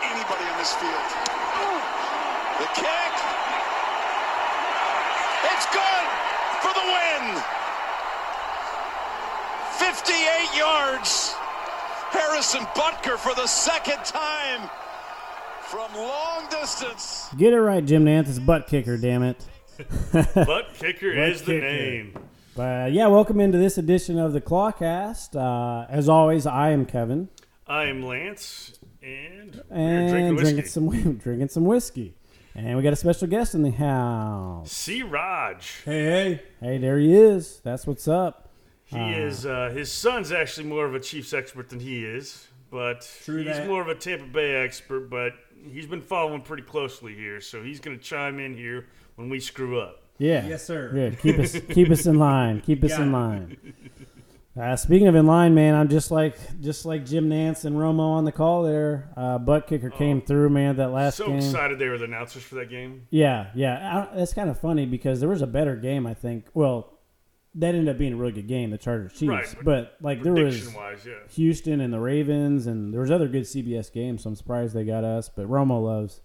this field. The kick. It's good for the win. 58 yards. Harrison Butker for the second time from long distance. Get it right, Jim Nance. It's butt kicker, damn it. Butt kicker Butt is the kicker. name. But yeah, welcome into this edition of the Clawcast. Uh, as always, I am Kevin, I am Lance, and, we're and drinking whiskey. some drinking some whiskey, and we got a special guest in the house. C. Raj. Hey, hey. Hey, there he is. That's what's up. He Ah. is. Uh, his son's actually more of a Chiefs expert than he is, but True he's that. more of a Tampa Bay expert. But he's been following pretty closely here, so he's going to chime in here when we screw up. Yeah. Yes, sir. Yeah, keep us keep us in line. Keep us Got in it. line. Uh, speaking of in line, man, I'm just like just like Jim Nance and Romo on the call there. Uh, butt Oh. kicker came through, man. That last so game. excited they were the announcers for that game. Yeah, yeah. I, that's kind of funny because there was a better game, I think. Well, that ended up being a really good game, the Chargers Chiefs. Right, but but like there was Prediction wise, yeah. Houston and the Ravens, and there was other good CBS games. So I'm surprised they got us. But Romo loves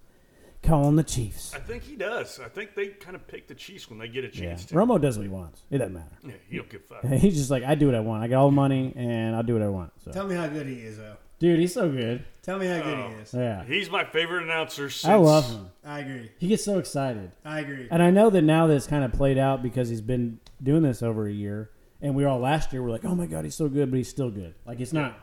calling the Chiefs. I think he does. I think they kind of pick the Chiefs when they get a Yeah, chance to. Romo does what he wants. It doesn't matter. Yeah, he don't give a fuck. He's just like, I do what I want. I got all the money, and I'll do what I want. So, Tell me how good he is, though. dude, he's so good. Tell me how good Oh. he is. Yeah, He's my favorite announcer. Since I love him. I agree. He gets so excited. I agree. And I know that now that's kind of played out because he's been doing this over a year. And we all last year were like, oh my God, he's so good, but he's still good. Like, it's not,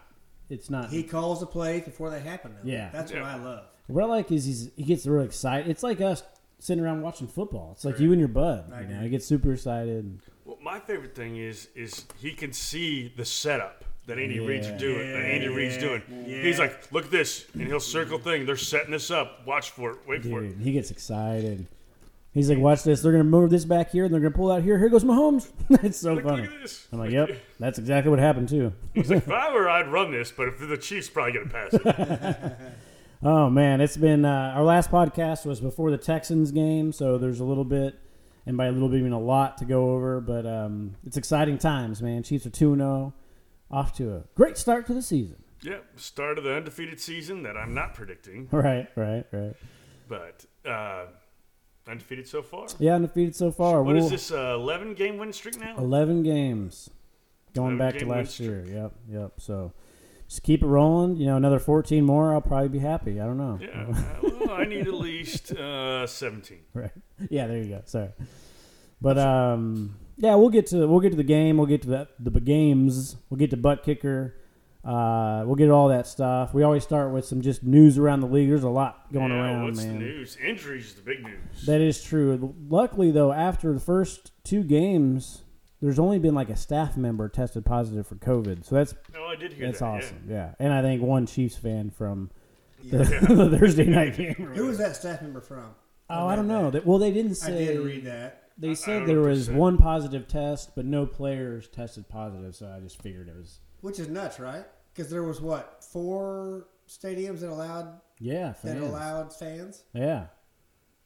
it's not. He calls the plays before they happen. Though. Yeah. That's what Yeah. I love. what I like is he's, he gets really excited. It's like us sitting around watching football. It's like you and your bud. You know, he gets super excited. Well, my favorite thing is is he can see the setup that Andy Reid's Yeah. doing. that Andy Reid's doing. He's like, look at this, and he'll circle thing. They're setting this up. Watch for it. Wait for it. Dude, he gets excited. He's like, watch this. They're going to move this back here, and they're going to pull out here. Here goes Mahomes. it's so Look, funny. look at this. I'm like, yep, that's exactly what happened, too. He's like, if I were, I'd run this, but if the Chiefs probably gonna pass it. Oh man, it's been uh, our last podcast was before the Texans game, so there's a little bit, and by a little bit, I mean a lot to go over. But um, it's exciting times, man. Chiefs are two zero, off to a great start to the season. yep, start of the undefeated season that I'm not predicting, Right, right, right. but uh, undefeated so far. Yeah, undefeated so far. What We'll- is this? Uh, Eleven game win streak now. Eleven games, going 11 back to game win last streak. year. Yep, yep. So just keep it rolling. You know, another fourteen more, I'll probably be happy. I don't know. Yeah. uh, well, I need at least uh, seventeen. Right. Yeah, there you go. Sorry. But um yeah, we'll get to we'll get to the game, we'll get to the the games, we'll get to butt kicker. Uh, we'll get to all that stuff. We always start with some just news around the league. There's a lot going yeah, around, what's man. the news? Injuries is the big news. That is true. Luckily though, after the first two games, there's only been like a staff member tested positive for COVID. So that's oh, I did hear that's that. yeah. awesome. Yeah. And I think one Chiefs fan from the, the Thursday night game. Who was that staff member from? Oh, I read don't that. know. That, well, they didn't I say did read that. They said don't there know what they was said. one positive test, but no players tested positive, so I just figured it was Which is nuts, right? Because there was what four stadiums that allowed yeah, that fans. allowed fans. yeah.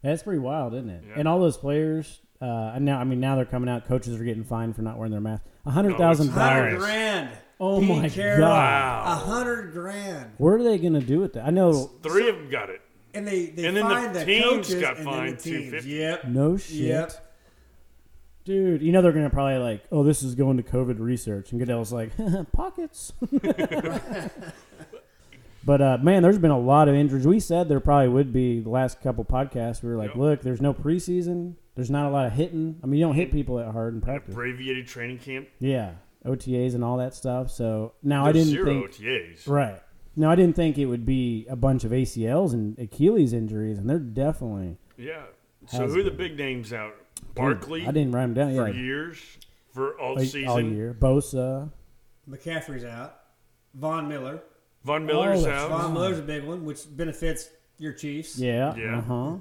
That's pretty wild, isn't it? Yeah. And all those players, uh, and now I mean, now they're coming out. Coaches are getting fined for not wearing their mask. A hundred it's thousand higher. dollars. Hundred grand. Oh Pete my Carroll, God. A hundred grand. What are they gonna do with that? I know. Three of them got it. And they they And then the fined the, teams coaches got and then the fined teams. 250. Yep. No shit, Yep. dude. You know they're gonna probably like, oh, this is going to COVID research, and Goodell's like, pockets. but uh, man, there's been a lot of injuries. We said there probably would be the last couple podcasts. We were like, Yep. look, there's no preseason. There's not a lot of hitting. I mean, you don't hit people that hard in practice. Abbreviated training camp. Yeah, OTAs and all that stuff. So now I There's didn't zero think OTAs. Right. Now, I didn't think it would be a bunch of ACLs and Achilles injuries, and they're definitely. Yeah. So Has who are the been. big names out? Barkley I didn't write them down. for yeah. years, for all Like, season. all year. Bosa. McCaffrey's out. Von Miller. Von Miller's that's out. Von Miller's a big one, which benefits your Chiefs. Yeah. Yeah. Uh huh.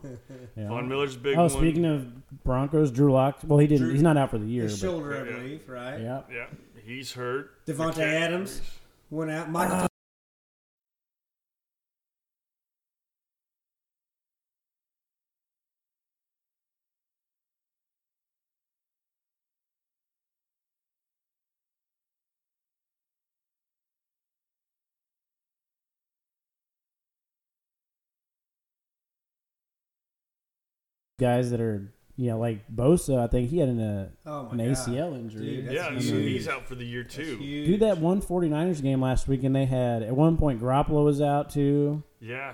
Yeah. Von Miller's a big oh, one. speaking of Broncos, Drew Lock. Well, he didn't. Drew- he's not out for the year. His But, shoulder, I Yeah. believe, right? yeah. yeah, he's hurt. Devontae McCaffrey's- Adams. Went out. Ah, Michael guys that are you know like Bosa. I think he had an uh, Oh my an God. ACL injury. Dude, that's Yeah, huge. so he's out for the year That's too. huge. Do that one 49ers game last week, and they had at one point Garoppolo was out too. Yeah.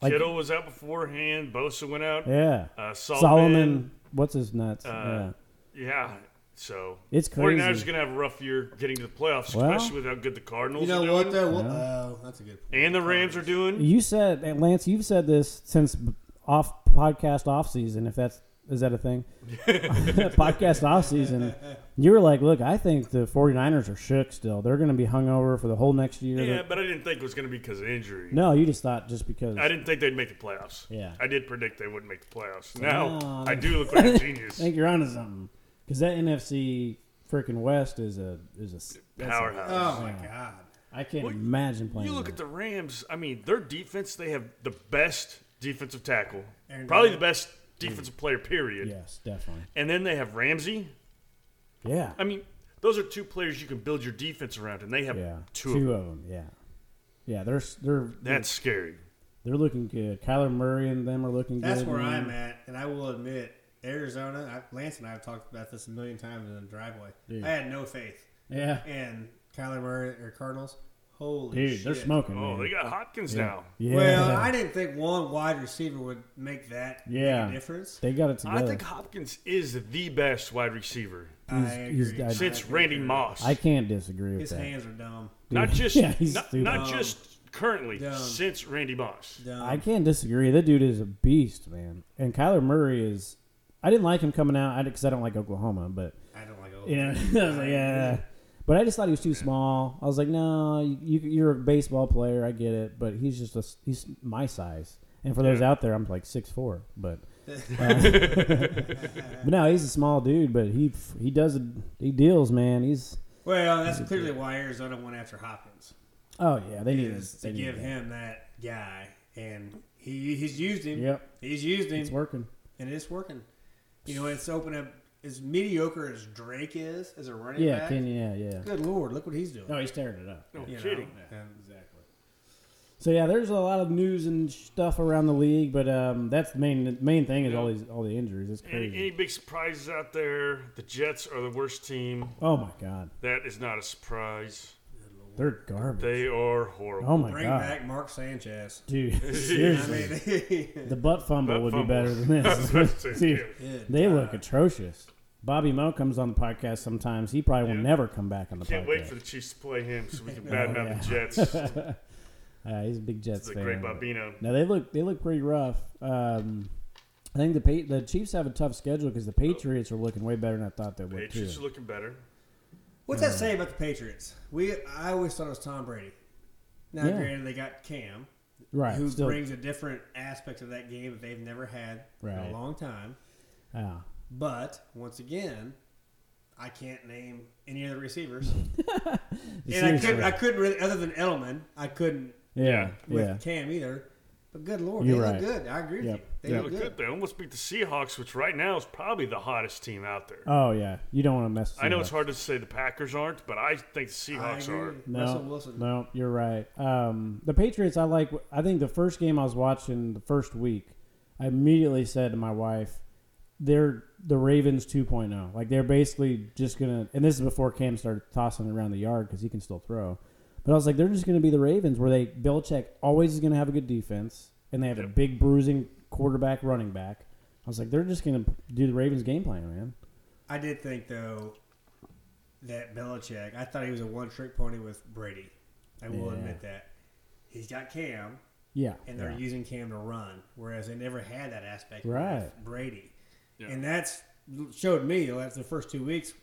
Like- Kittle was out beforehand. Bosa went out. Yeah, Uh, Solomon. Solomon, what's his nuts? Uh, Yeah. So It's 49ers crazy. are going to have a rough year getting to the playoffs, Well- especially with how good the Cardinals You know are what doing though? Well, Yeah. Oh, that's a good point. and the Rams are yeah, doing. you said and Lance. You've said this since b- off podcast off season. If that's is that a thing? podcast off season. You were like, look, I think the 49ers are shook still. They're going to be hungover for the whole next year. Yeah, They're- but I didn't think it was going to be because of injury. No, you just thought just because. I didn't think they'd make the playoffs. Yeah. I did predict they wouldn't make the playoffs. Now Wow. I do look like a genius. I think you're onto something because that NFC freaking West is a is a s- that's a- Powerhouse. Oh my god. I can't Well, imagine Oh. playing. You look that. at the Rams. I mean, their defense. They have the best defensive tackle, Aaron probably the Donald. best defensive player. Period. yes, definitely. And then they have Ramsey. Yeah, I mean, those are two players you can build your defense around, and they have yeah, two. of them. of them. Yeah, yeah. They're s- they're That's scary. they're looking good. Kyler Murray and them are looking That's good. where man. I'm at, and I will admit, Arizona. I, Lance and I have talked about this a million times in the driveway. Dude. I had no faith Yeah, in Kyler Murray or Cardinals. Holy dude, shit! they're smoking. Oh, man. they got Hopkins now. Yeah, Well, I didn't think one wide receiver would make that big a Yeah. difference. they got it together. I think Hopkins is the best wide receiver I he's- agree. I- since agree. Randy Moss. I can't disagree with His that. hands are dumb. not Dude. just Yeah, he's not, stupid. not Um, just currently Dumb. since Randy Moss. Dumb. I can't disagree. That dude is a beast, man. And Kyler Murray is. I didn't like him coming out because I don't like Oklahoma, but I don't like. you know, Oakland. I was like, yeah. But I just thought he was too small. I was like, no, you, you're a baseball player. I get it, but he's just a, he's my size. And for those out there, I'm like six four, but. uh, but no, he's a small dude, but he he does he deals, man. He's Well, that's clearly why Arizona went after Hopkins. oh yeah, they need Is they to need give that. him that guy, and he he's used him. Yep. He's used him. It's working. and it's working. You know, it's open up as mediocre as Drake is as a running Yeah, back. can yeah, yeah. Good lord, look what he's doing. No, he's tearing it up. No You know? kidding. Yeah, exactly. So yeah, there's a lot of news and stuff around the league, but um, that's the main main thing is all these all the injuries. It's Any, any crazy. big surprises out there? The Jets are the worst team. Oh my god, That is not a surprise. they're garbage. They are oh horrible. my Bring god, back Mark Sanchez. dude, I seriously, mean, good the butt fumble Butt would fumble. be better than this. Dude, they God. look atrocious. Bobby Moe comes on the podcast sometimes. He probably will never come back on the Can't podcast. wait for the Chiefs to play him so we can badmouth the Jets. It's uh, he's a big Jets the fan. great Bobino. Now they look they look pretty rough. Um, I think the pa- the Chiefs have a tough schedule because the Patriots are looking way better than I thought they would too. Oh. Patriots are looking better. What's that say about the Patriots? We I always thought it was Tom Brady. Now, Yeah. granted, they got Cam, Right, who still, brings a different aspect of that game that they've never had in Right. a long time. yeah. But once again, I can't name any of the receivers, and I Seriously. couldn't. I couldn't really, other than Edelman, I couldn't Yeah, with yeah. Cam either. But good lord, You're they right. look good. I agree with Yep. you. They Yep. They look look good. good. They almost beat the Seahawks, which right now is probably the hottest team out there. Oh yeah, you don't want to mess. With I know that. it's hard to say the Packers aren't, but I think the I Seahawks agree. are. No, Russell Wilson. no, you're right. Um, the Patriots, I like. I think the first game I was watching the first week, I immediately said to my wife, "They're the Ravens 2.0. Like they're basically just gonna." And this is before Cam started tossing it around the yard because he can still throw. But I was like, they're just gonna be the Ravens, where they Belichick always is gonna have a good defense, and they have a Yep. big bruising quarterback, running back. I was like, they're just gonna do the Ravens game plan, man. I did think though that Belichick. I thought he was a one-trick pony with Brady. I will Yeah. admit that he's got Cam, Yeah, and they're yeah. using Cam to run, whereas they never had that aspect Right. with Brady. Yeah. And that's showed me after the first two weeks.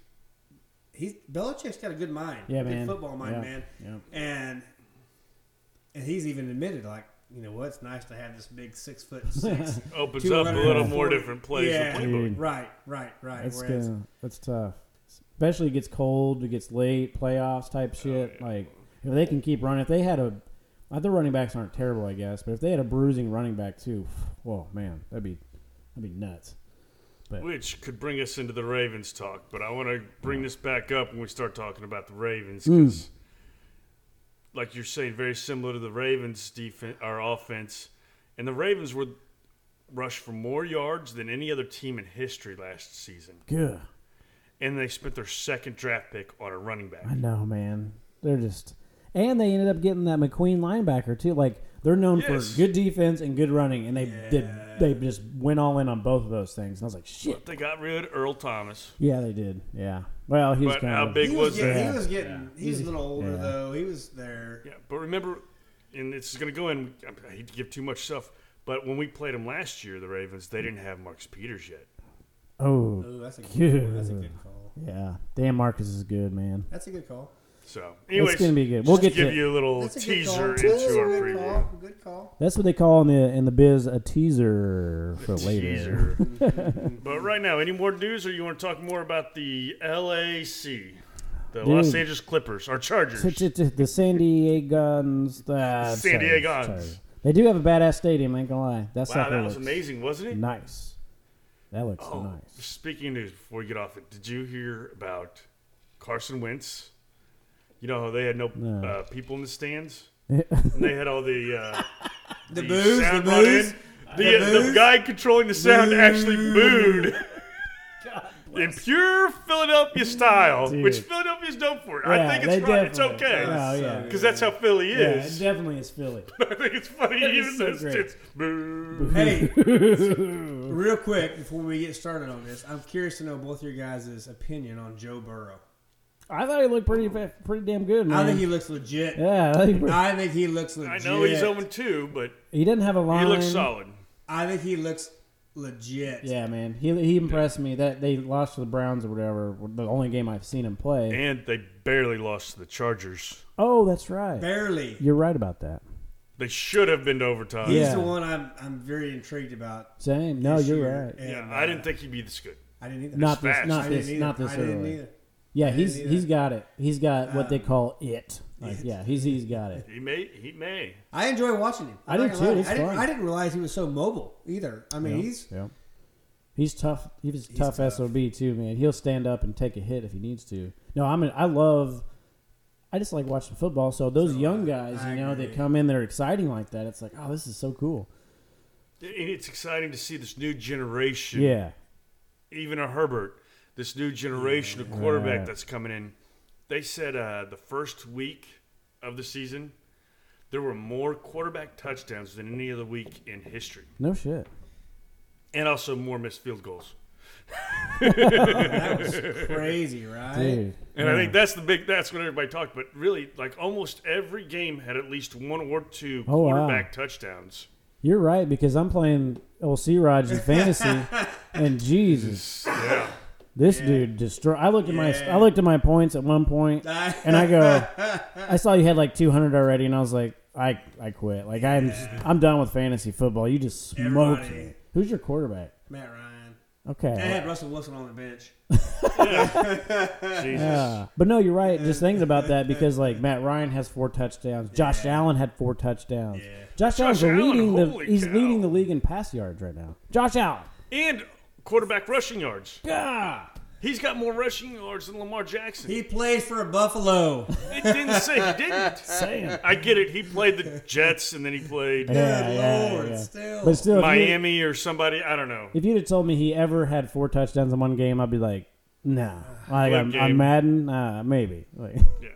He's Belichick's got a good mind, Yeah, good man. football mind, Yeah, man, yeah. and and he's even admitted like. You know what? It's nice to have this big six foot six. Opens up a little more 240. different plays. Yeah, The playbook. right, right, right. It's Whereas gonna, it's tough. Especially it gets cold, it gets late, playoffs type shit. yeah. Like if they can keep running, if they had a, uh, the running backs aren't terrible, I guess, but if they had a bruising running back too, whoa man, that'd be that'd be nuts. Which could bring us into the Ravens talk, but I want to bring this back up when we start talking about the Ravens Mm. 'cause, like you're saying, very similar to the Ravens' defense, our offense, and the Ravens were rushed for more yards than any other team in history last season, Good. and they spent their second draft pick on a running back. I know, man. They're just, and they ended up getting that McQueen linebacker too. Like they're known Yes. for good defense and good running, and they did. They just went all in on both of those things, and I was like, shit. They got rid of Earl Thomas. Yeah, they did. Yeah. Well, he was But kind how of big- It He was was, getting, there. he was getting. He was a little older Yeah. though. He was there. Yeah, but remember, and this is going to go in. I hate to give too much stuff, but when we played them last year, the Ravens, they didn't have Marcus Peters yet. Oh, Ooh, that's a good. Good. Call. That's a good call. yeah. Dan Marcus is good, man. That's a good call. So, anyways, gonna be good. We'll get just to give to- you a little That's a good teaser call. into That's a our good preview. Call. Good call. That's what they call in the in the biz a teaser for later. Teaser. but right now, any more news, or you want to talk more about the LAC, the Los Dude. Angeles Clippers, our Chargers? T- t- t- The San Diegans. Uh, San sorry, Diegans. sorry. They do have a badass stadium. Ain't gonna lie. That's wow, that was looks amazing, wasn't it? nice. That looks Oh, nice. Speaking of news, before we get off it, did you hear about Carson Wentz? You know how they had no, No. Uh, people in the stands? and they had all the, uh, The booze, the sound brought in. booze. The, The the booze? guy controlling the sound Boo. actually booed. In pure Philadelphia style, Dude. which Philadelphia's known for. Yeah, I think they it's right. It's definitely- okay. Oh, So yeah. Because that's how Philly Yeah, is. it definitely is Philly. I think it's funny. is Even so this, great. it's boo. Hey, real quick before we get started on this, I'm curious to know both your guys' opinion on Joe Burrow. I thought he looked pretty fa- pretty damn good, man. I think he looks legit. yeah, I think he, I think he looks I legit. know he's 0 2, but he didn't have a line. he looks solid. I think he looks legit. Yeah, man, he he impressed me. That they lost to the Browns or whatever, the only game I've seen him play. And they barely lost to the Chargers. oh, that's right. Barely. You're right about that. They should have been to overtime. He's Yeah. the one I'm I'm very intrigued about. Same. No, this you're year. right. And, Yeah, uh, I didn't think he'd be this good. I didn't either. Not this, fast. not I didn't this, either. not this I didn't early. either. Yeah, he's either. Uh, he's got it. He's got what they call it. Like, yeah, he's he's got it. He may. He may. I enjoy watching him. I I'm do not too. gonna lie. He's I didn't, fun. I didn't realize he was so mobile either. I mean, Yeah, he's yeah. He's tough. He was tough, tough. sob too, man. He'll stand up and take a hit if he needs to. No, I'm. An, I love. I just like watching football. So those young guys, I you know, that agree. come in, they're exciting like that. It's like, oh, this is so cool. And it's exciting to see this new generation. Yeah, Even a Herbert, this new generation of quarterback Right. that's coming in. They said uh, the first week of the season, there were more quarterback touchdowns than any other week in history, no shit. and also more missed field goals. crazy, right? Dude. And I think that's the big. That's what everybody talked. But really, like almost every game had at least one or two Oh, wow. quarterback touchdowns. You're right because I'm playing old C. Raj in fantasy, and Jesus, Yeah. this dude destroy. I looked at my Yeah. I looked at my points at one point, and I go, I saw you had like 200 already, and I was like, I I quit. Like I'm I'm done with fantasy football. You just smoked Everybody. me. Who's your quarterback? Matt Ryan. Okay. And I had Russell Wilson on the bench. Jesus. Yeah. But no, you're right. Just thinking about that because like Matt Ryan has four touchdowns. Josh Allen had four touchdowns. Josh, Allen's Allen, leading the holy he's cow. leading the league in pass yards right now. Josh Allen. And quarterback rushing yards. Gah! He's got more rushing yards than Lamar Jackson. He plays for Buffalo. it didn't say he didn't. Damn. I get it. He played the Jets and then he played Yeah, Good yeah, Lord, yeah. still. But still, if you, Miami or somebody. I don't know. if you'd have told me he ever had four touchdowns in one game, I'd be like, nah. Like, I'm, I'm game. Madden, uh, maybe. Like, Yeah.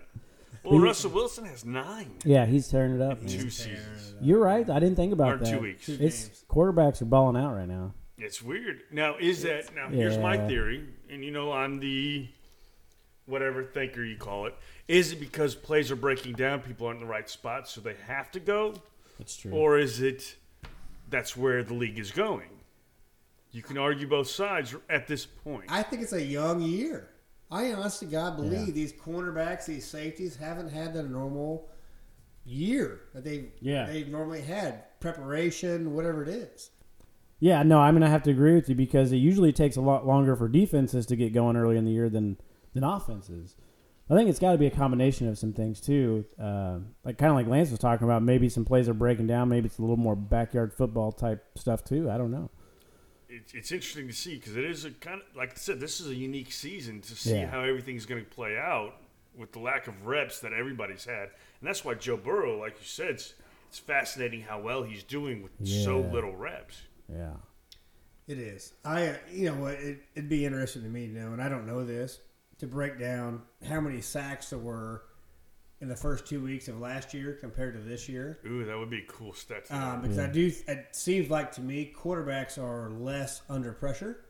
Well, Russell Wilson has nine. yeah, he's tearing it up. man. Two seasons. You're right. I didn't think about Or that. two weeks. It's games. quarterbacks are balling out right now. It's weird. Now, is that. Now, here's my Yeah. theory. And you know, I'm the whatever thinker you call it. Is it because plays are breaking down? People aren't in the right spot, so they have to go? It's true. Or is it that's where the league is going? You can argue both sides at this point. I think it's a young year. I honest to God believe these cornerbacks, these safeties haven't had the normal year that they Yeah. they've normally had. Preparation, whatever it is. yeah, no, I'm going to have to agree with you because it usually takes a lot longer for defenses to get going early in the year than, than offenses. I think it's got to be a combination of some things too, uh, like kind of like Lance was talking about. Maybe some plays are breaking down. Maybe it's a little more backyard football type stuff too. I don't know. It's it's interesting to see because it is a kind of like I said, this is a unique season to see Yeah. how everything's going to play out with the lack of reps that everybody's had, and that's why Joe Burrow, like you said, it's, it's fascinating how well he's doing with so Yeah. little reps. Yeah. It is. I, uh, you know, it, it'd be interesting to me to know, and I don't know this, to break down how many sacks there were in the first two weeks of last year compared to this year. Ooh, that would be a cool stat. to know. Um, because I do, it seems like to me, quarterbacks are less under pressure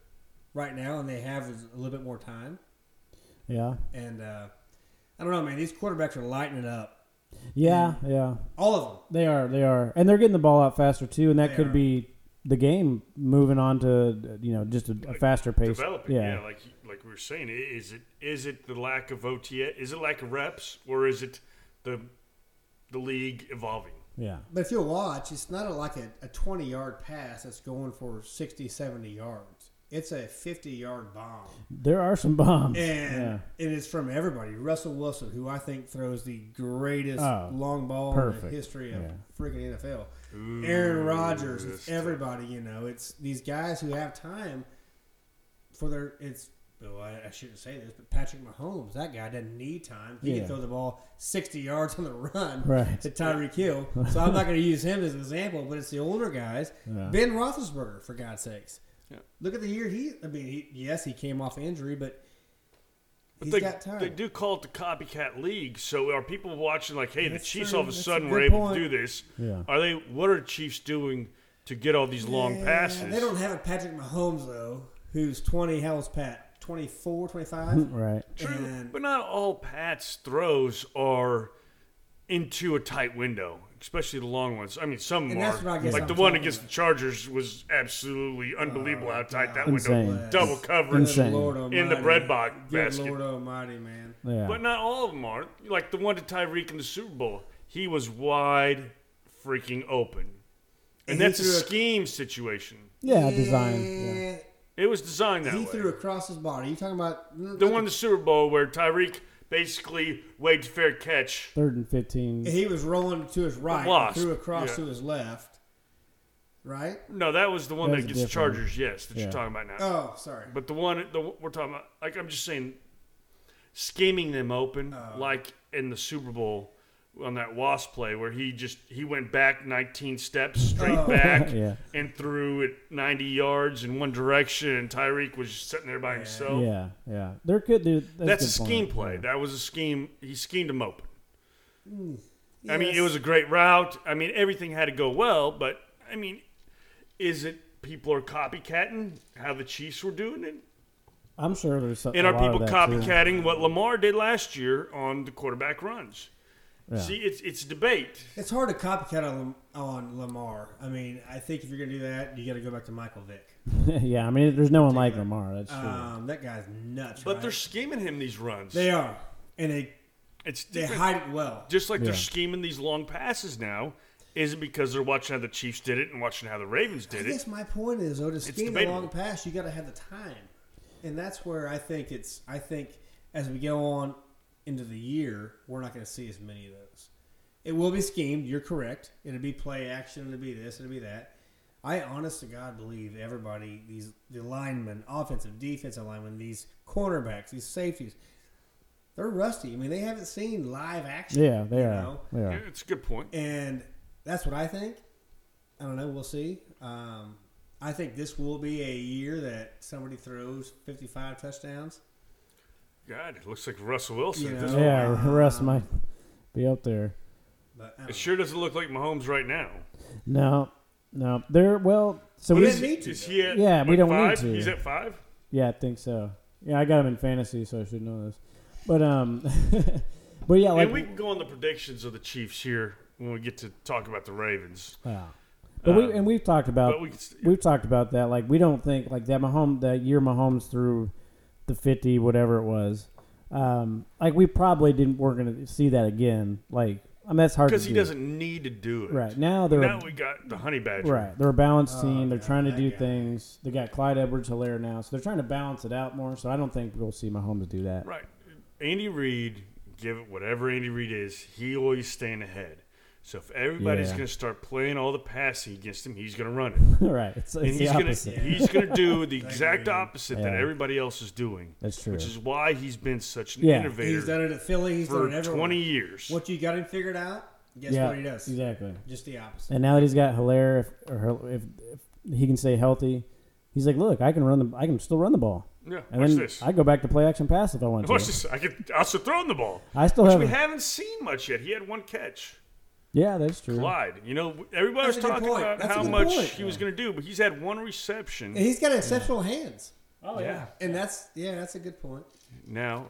right now, and they have a little bit more time. Yeah. And uh, I don't know, man. These quarterbacks are lighting it up. Yeah. Mm. Yeah. All of them. They are. They are, and they're getting the ball out faster too, and that They could are. be the game moving on to you know just a, a faster pace. Developing, yeah. like like we were saying, i- is it is it the lack of OTA? Is it lack of reps, or is it the the league evolving? yeah. But if you'll watch, it's not a, like a, a 20 yard pass that's going for 60, 70 yards. It's a 50 yard bomb. There are some bombs. And yeah. it is from everybody. Russell Wilson, who I think throws the greatest Oh, long ball in perfect. the history of Yeah. freaking NFL. Aaron Rodgers, that's it's everybody, you know. It's these guys who have time for their. It's. Well, I, I shouldn't say this, but Patrick Mahomes, that guy doesn't need time. He Yeah. can throw the ball 60 yards on the run Right. to Tyreek Hill. So I'm not going to use him as an example, but it's the older guys. Yeah. Ben Roethlisberger, for God's sakes. Yeah. Look at the year he. I mean, he, yes, he came off injury, but But He's they, got time. they do call it the copycat league. So are people watching like, hey, the That's Chiefs true. all of a That's a sudden good were able point. to do this? Yeah. Are they? What are Chiefs doing to get all these long Yeah, passes? They don't have a Patrick Mahomes though, who's 20. How old's Pat? 24, 25. Right. True, And- but not all Pat's throws are into a tight window, especially the long ones. I mean, some And are. that's what I guess like I'm the one talking against about. the Chargers was absolutely Oh, unbelievable how tight that Insane. window, double coverage. Insane. Almighty. In the bread box Good basket. Lord Almighty, man. Yeah. But not all of them are. Like the one to Tyreek in the Super Bowl, he was wide freaking open. And And he that's a threw a- scheme situation. yeah. Design. Yeah. Yeah. It was designed that He way. threw across his body. You talking about the one in the Super Bowl where Tyreek basically waged fair catch. Third and fifteen. He was rolling to his right, Lost. threw across Yeah. to his left. Right? No, that was the one That that was gets the different. Chargers, yes, that Yeah. you're talking about now. Oh, sorry. But the one the one we're talking about, like I'm just saying, scheming them open, Oh. like in the Super Bowl on that wasp play where he just he went back 19 steps straight Oh. back Yeah. and threw it 90 yards in one direction, and Tyreek was just sitting there by himself. Yeah. Yeah. There could. There, That's, that's, a good scheme point. play. That was a scheme. He schemed him open. I mean, it Yes. was a great route. I mean, everything had to go well, but I mean, is it people are copycatting how the Chiefs were doing it? I'm sure there's some. And a are lot of that, people too. copycatting what Lamar did last year on the quarterback runs? See, it's it's debate. It's hard to copycat on, on Lamar. I mean, I think if you're going to do that, you got to go back to Michael Vick. yeah. I mean, there's no one like Lamar. That's true. Uh, Um, that guy's nuts. But right? they're scheming him these runs. they are, and they it's they different. hide it well. just like Yeah. they're scheming these long passes now. Is it because they're watching how the Chiefs did it and watching how the Ravens I did it? guess my point is, though, to scheme a debatable. long pass, you got to have the time, and that's where I think it's. I think as we go on into the year, we're not going to see as many of those. It will be schemed. You're correct. It'll be play action. It'll be this. It'll be that. I honest to God believe everybody these the linemen, offensive, defensive linemen, these cornerbacks, these safeties, they're rusty. I mean, they haven't seen live action. yeah. They you are. know? They Yeah, are. it's a good point. And that's what I think. I don't know. We'll see. Um, I think this will be a year that somebody throws 55 touchdowns. God, it looks like Russell Wilson. You at this know? point. Yeah. wow. Russ might be up there. But I It don't sure doesn't look like Mahomes right now. No. No. They're well. So Well, we. they need to, Is though. he at Yeah, we like, don't need five? to. He's at five. Yeah, I think so. Yeah, I got him in fantasy, so I should know this. But um, but yeah, like and we can go on the predictions of the Chiefs here when we get to talk about the Ravens. wow. But we and we've talked about Um, But we, we, have talked about that. Like we don't think like that Mahomes that year Mahomes threw the fifty whatever it was. Um, like we probably didn't weren't gonna see that again. Like I mean that's hard because to he do. doesn't need to do it. right now they're Now we got the honey badger. right they're a balanced team. They're God, trying to Oh, that do guy. things. They got Clyde Edwards Hilaire now, so they're trying to balance it out more. So I don't think we'll see Mahomes do that. Right. Andy Reid, give it whatever Andy Reid is, he always staying ahead. So if everybody's Yeah. going to start playing all the passing against him, he's going to run it, Right, It's, and it's the he's going opposite. to he's going to do the exact agree. opposite that Yeah. everybody else is doing, That's true. which is why he's been such an Yeah. innovator He's done it at Philly. He's for done it everywhere. twenty years. Once you got him figured out, guess what he does? Exactly. Just the opposite. And now that he's got Hilaire, if, or Hil- if, if he can stay healthy, He's like, look, I can run the, I can still run the ball, Yeah, and watch then this. I go back to play action pass if I want Watch to. this. I could also throw the ball, I still which have, we a- haven't seen much yet. He had one catch. yeah, that's true. Lied. You know, everybody was That's a good talking point. about That's a how good much point. he was going to do, but he's had one reception. And he's got exceptional hands. Oh yeah. And that's yeah, that's a good point. Now,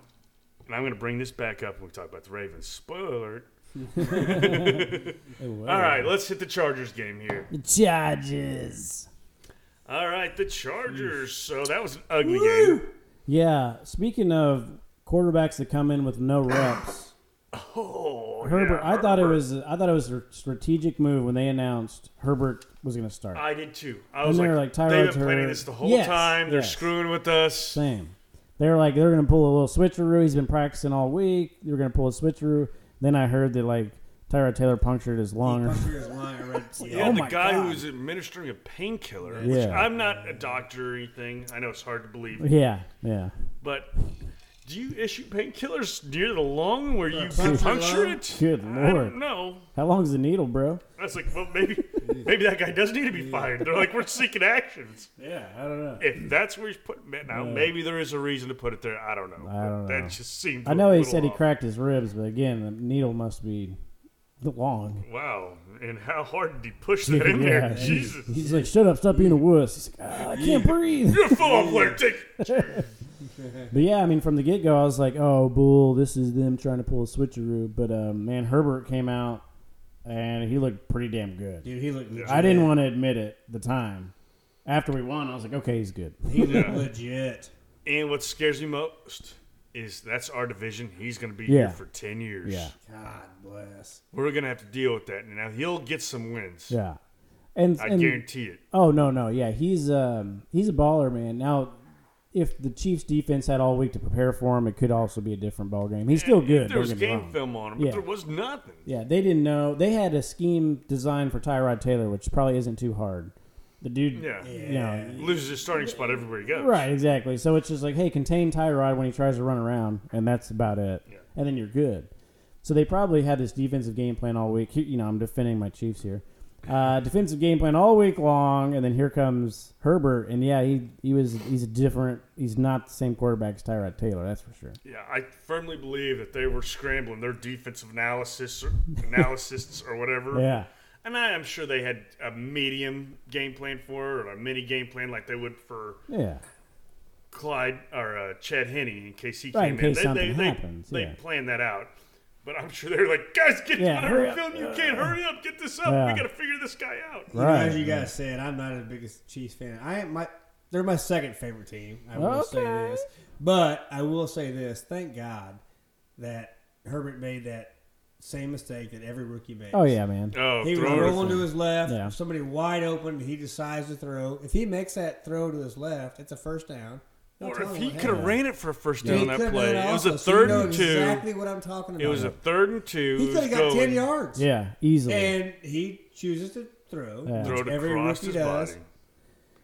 and I'm going to bring this back up when we talk about the Ravens. Spoiler alert. Oh, All right, let's hit the Chargers game here. Charges. All right, the Chargers. So that was an ugly game. Yeah. Speaking of quarterbacks that come in with no reps, Oh, Herbert. yeah, I thought it Herbert. was. I thought it was a strategic move when they announced Herbert was going to start. I did too. I was they like, were like like, Tyrod's they've been hurt. planning this the whole Yes, time. They're yes. screwing with us. Same. They're like they're going to pull a little switcheroo. He's been practicing all week. They're going to pull a switcheroo. Then I heard that like Tyrod Taylor punctured his lung. or- Bunker is lying, right? Yeah, Oh the my guy God. who was administering a painkiller, which Yeah. I'm not a doctor or anything. I know it's hard to believe, Yeah, yeah. but do you issue painkillers near the lung where you puncture can puncture lung? it? Uh, Good I lord. don't know. How long's the needle, bro? That's like, well, maybe maybe that guy does need to be fired. They're like, we're seeking actions. Yeah, I don't know. If that's where he's putting it now, maybe there is a reason to put it there. I don't know. I don't that know. just seemed. I a know he little uh, said he off. cracked his ribs, but again, the needle must be long. Wow, and how hard did he push that in there? he's- Jesus, He's, like, shut up, stop being a wuss. He's like, "Ah, I can't breathe. you're a football player. Take But yeah, I mean, from the get go, I was like, oh, bull, this is them trying to pull a switcheroo. But um, man, Herbert came out and he looked pretty damn good. Dude, he looked legit. I didn't want to admit it at the time. After we won, I was like, okay, he's good. He looked legit. And what scares me most is that's our division. He's going to be Yeah. here for 10 years. Yeah. God bless. We're going to have to deal with that. Now, he'll get some wins. Yeah. And, I and guarantee it. Oh no, no, yeah, he's um, he's a baller, man. Now, if the Chiefs' defense had all week to prepare for him, it could also be a different ball game. He's still good. There Don't was get me game wrong. film on him, but Yeah. there was nothing. Yeah, they didn't know they had a scheme designed for Tyrod Taylor, which probably isn't too hard. The dude, Yeah. you know, Loses his starting spot everywhere he goes. right, exactly. So it's just like, hey, contain Tyrod when he tries to run around, and that's about it. Yeah. And then you're good. So they probably had this defensive game plan all week. Here- You know, I'm defending my Chiefs here. Uh, defensive game plan all week long, and then here comes Herbert, and yeah, he he was he's a different. He's not the same quarterback as Tyrod Taylor, that's for sure. Yeah, I firmly believe that they were scrambling their defensive analysis or analysis or whatever. Yeah, And I am sure they had a medium game plan for it or a mini game plan like they would for yeah, Clyde or uh, Chad Henney in case he Right, came in case in. something they, happens, They yeah. planned that out. But I'm sure they're like, guys, get Yeah, out of hurry our up. film. You can't hurry up. Get this up. Yeah. We got to figure this guy out. You know, Right, as you yeah. guys said, I'm not the biggest Chiefs fan. I am my they're my second favorite team. I will say Okay. this, but I will say this. Thank God that Herbert made that same mistake that every rookie makes. oh yeah, man. Oh, He was throw it. rolling to his left, Yeah. somebody wide open. He decides to throw. If he makes that throw to his left, it's a first down. No Or telling if he what could have happened. ran it for a first He down that could've play, done it was a also, so you third know and two. Exactly what I'm talking about. It was a third and two. he It could have was got ten going- yards. Yeah, easily. and he chooses to throw. Yeah. which Throw it every across rookie his does. body.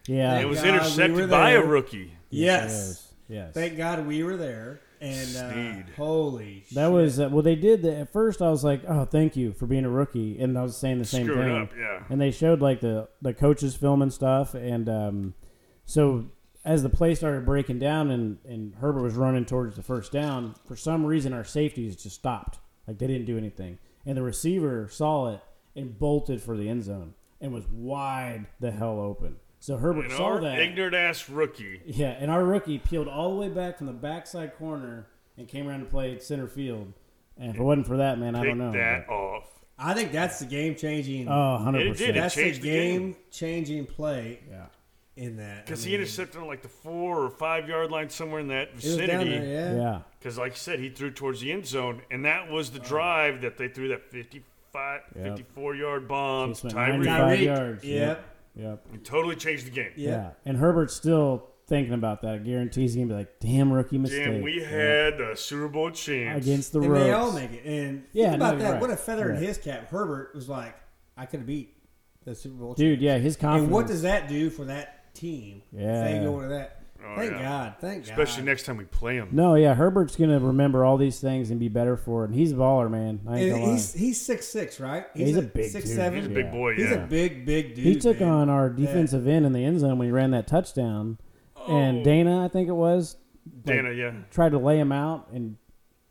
yeah, And it was God, we intercepted were by a there. rookie. Yes. yes. Thank God we were there. And Sneed. uh, holy That shit. was uh, well. They did that at first. I was like, "Oh, thank you for being a rookie," and I was saying the same Screwing thing. up, yeah. And they showed like the the coaches film and stuff, and um, so as the play started breaking down, and and Herbert was running towards the first down. For some reason, our safeties just stopped. Like they didn't do anything, and the receiver saw it and bolted for the end zone and was wide the hell open. So Herbert And saw our that. ignorant ass rookie. Yeah, and our rookie peeled all the way back from the backside corner and came around to play center field. And if it wasn't for that, man, I Pick don't know. that off. I think that's the game changing. Oh, 100%. It did. It that's the changed the game. game changing play Yeah. in that. Because I he mean, intercepted on like the four or five yard line somewhere in that it was down vicinity. there, yeah. Yeah. Because, like you said, he threw towards the end zone, and that was the drive that they threw that 55, Yep. 54 yard bomb. Just went Tyree 95. Five Tyreek, yards, Yep. Yep. totally changed the game. Yeah. Yeah. And Herbert's still thinking about that. I guarantee he's going to be like, damn rookie mistake. Damn, we had the Super Bowl chance. Against the And ropes. they all make it. And Yeah, think about no, you're that. right. What a feather in Right. his cap. Herbert was like, I could have beat the Super Bowl. Dude, yeah, his confidence. And what does that do for that team? if Yeah. They go into that. Oh, Thank yeah. God. Thank God. Especially next time we play them. No, yeah, Herbert's gonna remember all these things and be better for it. And he's a baller, man. I ain't And gonna lie. he's he's six six, right? He's a big six dude. seven. He's a Yeah. big boy. Yeah. He's a big, big dude. He took man. on our defensive end in the end zone when he ran that touchdown, and Dana, I think it was, like, Oh. Dana. Yeah. tried to lay him out, and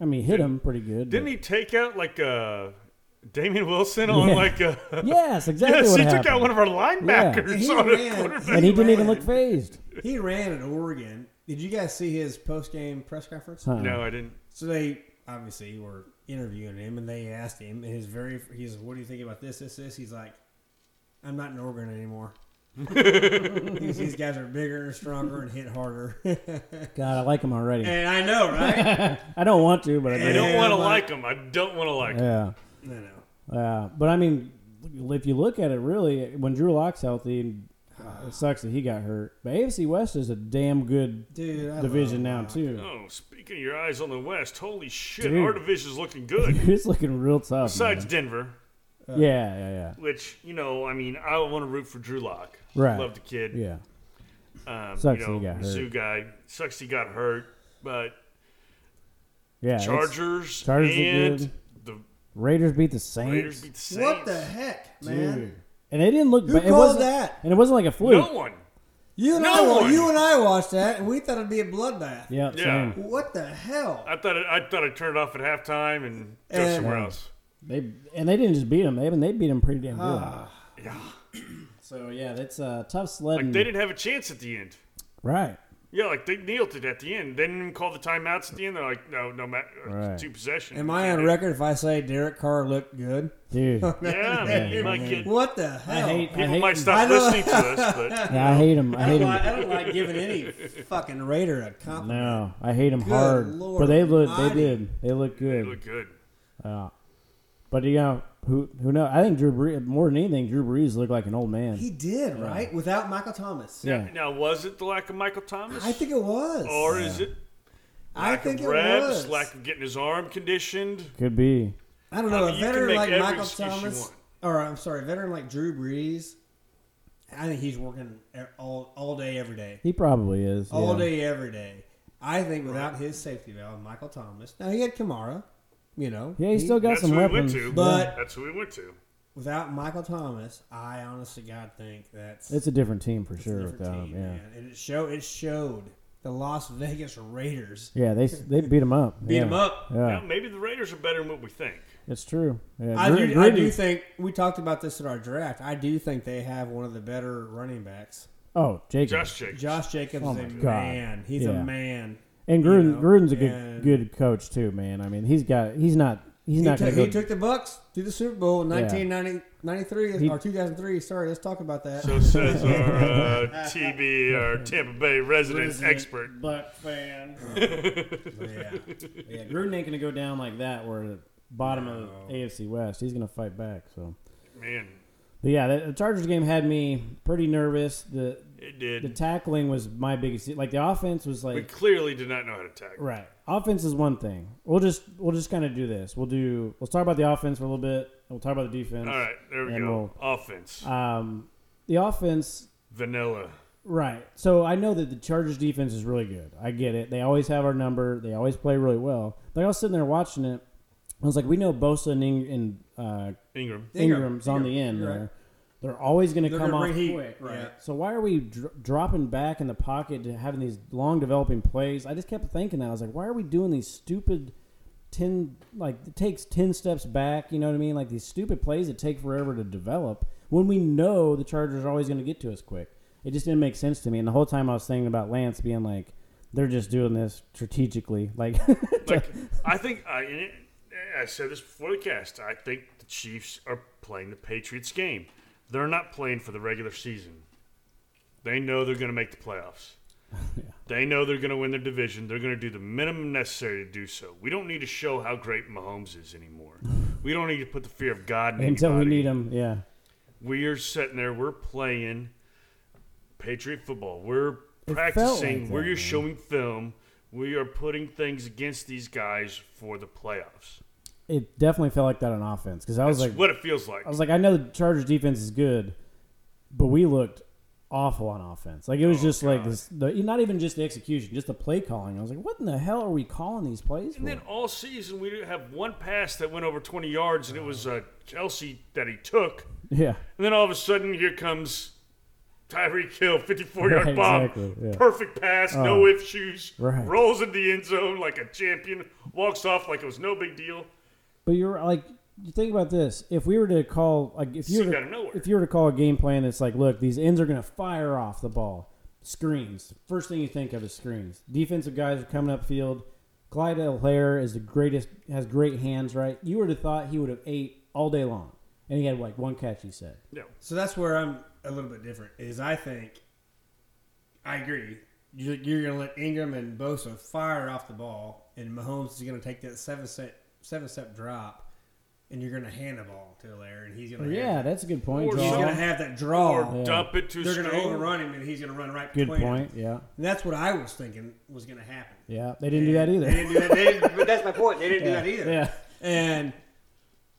I mean hit him pretty good. Didn't he take out like uh, Damian Wilson on Yeah. like a? Yes, exactly. yes, what he happened. took out one of our linebackers He on a ran. quarterback. and he didn't even Man. look phased. He ran at Oregon. Did you guys see his post game press conference? Huh. No, I didn't. So they obviously were interviewing him, and they asked him, and his very he's what do you think about this, this, this? He's like, I'm not in Oregon anymore. He's- These guys are bigger and stronger and hit harder. God, I like him already. and I know, right? I don't want to, but I I do. don't Yeah, want to but- like him. I don't want to like him. Yeah, I know. yeah. But I mean, if you look at it, really, when Drew Locke's healthy, uh, it sucks that he got hurt. But AFC West is a damn good Dude, I division love now Locke. too. Oh, speaking of your eyes on the West, holy shit, Dude. our division's looking good. it's looking real tough. Besides man. Denver, yeah, yeah, yeah. which you know, I mean, I want to root for Drew Lock. Right. Love the kid. Yeah. Um, Sucks you he know, got hurt. Mizzou guy. Sucks he got hurt, but Yeah. it's- Chargers, Chargers are and good. the Raiders beat the Saints. Raiders beat the Saints. What the heck, man? Dude. And it didn't look Who bad. it called wasn't, that? And it wasn't like a fluke. No one. You and No I, wa- one. you and I watched that, and we thought it'd be a bloodbath. Yeah, Yeah. same. What the hell? I thought it, I thought I turned it off at halftime and go And- somewhere uh, else. They and they didn't just beat them. They they beat them pretty damn good. Yeah, so yeah, that's uh, tough sledding. like they didn't have a chance at the end. right. Yeah, like they nailed it at the end. They didn't even call the timeouts at the end. They're like, no, no, ma- uh, Right. two possession. Am I on record if I say Derek Carr looked good? Dude, Yeah, you might get, What the hell? I hate. I people hate might them. stop I know. listening to us, but Yeah, I hate them. I I hate don't, them. like, I don't like giving any fucking Raider a compliment. No, I hate them Good hard. Lord but they look. Almighty. They did. They look they good. look good. but you know who? Who knows? I think Drew Brees. More than anything, Drew Brees looked like an old man. He did, right? Without Michael Thomas. yeah. Now, was it the lack of Michael Thomas, I think it was. or is it I lack think of it reps, was. lack of getting his arm conditioned? Could be. I don't know. I mean, a you can veteran make like every Michael excuse you Thomas, want. or I'm sorry, a veteran like Drew Brees, I think he's working e-, all, all day, every day. He probably is. All yeah. day, every day. I think without his safety valve, Michael Thomas. Now, he had Kamara, you know. Yeah, he still got That's some who weapons. we went to. But- that's who we went to. Without Michael Thomas, I honestly God think that's It's a different team for sure different without him. team, Yeah, man. And it show it showed the Las Vegas Raiders yeah. They they beat him up. beat yeah. them up. Yeah, Now, maybe the Raiders are better than what we think. it's true. Yeah, I Gru- do, I do Grudy- think we talked about this in our draft. I do think they have one of the better running backs. oh, Jacobs Josh Jacobs. Josh Jacobs Oh is a my God. man. He's Yeah. a man. and Gruden. you know, Gruden's a good and- good coach too, man. I mean, he's got he's not he's He, not took- going he to go. took the Bucks to the Super Bowl in 1993 He- or 2003. Sorry, let's talk about that. So says our uh, TB, our Tampa Bay resident, expert. Buck fan. Oh, yeah. yeah, Gruden ain't going to go down like that. Where the bottom of No. AFC West, he's going to fight back. So, Man, but yeah, the, the Chargers game had me pretty nervous. The it the did. tackling was my biggest. Like the offense was We like clearly did not know how to tackle. Right. Offense is one thing. We'll just we'll just kind of do this. We'll do we'll talk about the offense for a little bit. and We'll talk about the defense. All right, there we And go. Offense, Um, the offense. vanilla. Right. So I know that the Chargers defense is really good. I get it. They always have our number. They always play really well. But I was sitting there watching it. I was like, we know Bosa and, Ing- and uh, Ingram. Ingram. Ingram's on the end You're there. right. They're always going to They're come gonna off bring heat. quick, right? Yeah. So why are we dr- dropping back in the pocket to having these long developing plays? I just kept thinking that I was like, why are we doing these stupid ten like it takes ten steps back? You know what I mean? Like these stupid plays that take forever to develop when we know the Chargers are always going to get to us quick. It just didn't make sense to me. And the whole time I was thinking about Lance being like, they're just doing this strategically, like Like I think I, and it- I said this before the cast. I think the Chiefs are playing the Patriots game. They're not playing for the regular season. They know they're going to make the playoffs. They know they're going to win their division. They're going to do the minimum necessary to do so. We don't need to show how great Mahomes is anymore. we don't need to put the fear of God in until we anybody. need them. Yeah, we are sitting there, we're playing Patriot football. We're It felt practicing, like that, we're man. showing film. We are putting things against these guys for the playoffs. it definitely felt like that on offense because I was That's like, what it feels like. I was like, I know the Chargers defense is good, but we looked awful on offense. Like it Oh, was just like this, the, not even just the execution, just the play calling. I was like, what in the hell are we calling these plays And for? then all season we didn't have one pass that went over 20 yards, and it was uh, Kelsey that he took. yeah, And then all of a sudden, here comes Tyreek Hill, 54 yard Right, bomb. exactly, yeah. Oh, Perfect pass, no ifs, shoes. Right. Rolls into the end zone like a champion, walks off like it was no big deal. but you're like, you think about this. If we were to call, like, if you Seemed were out of to, nowhere. if you were to call a game plan that's like, look, these ends are going to fire off the ball, screens. First thing you think of is screens. Defensive guys are coming up field. Clyde Hare is the greatest, has great hands, right? You would have thought he would have ate all day long, and he had like one catch. He said, No. So that's where I'm a little bit different. Is I think I agree. You're, you're going to let Ingram and Bosa fire off the ball, and Mahomes is going to take that seven set seven step drop, and you're going to hand the ball to Hilaire, and he's going to "Yeah, that's a good point." Or he's Draw. going to have that draw. Or Oh. dump it to They're going to Strange. overrun him, and he's going to run right. Good between them. point. Yeah, And that's what I was thinking was going to happen. yeah. They didn't do that either. They didn't do that. They didn't, but that's my point. They didn't yeah. do that either. Yeah, And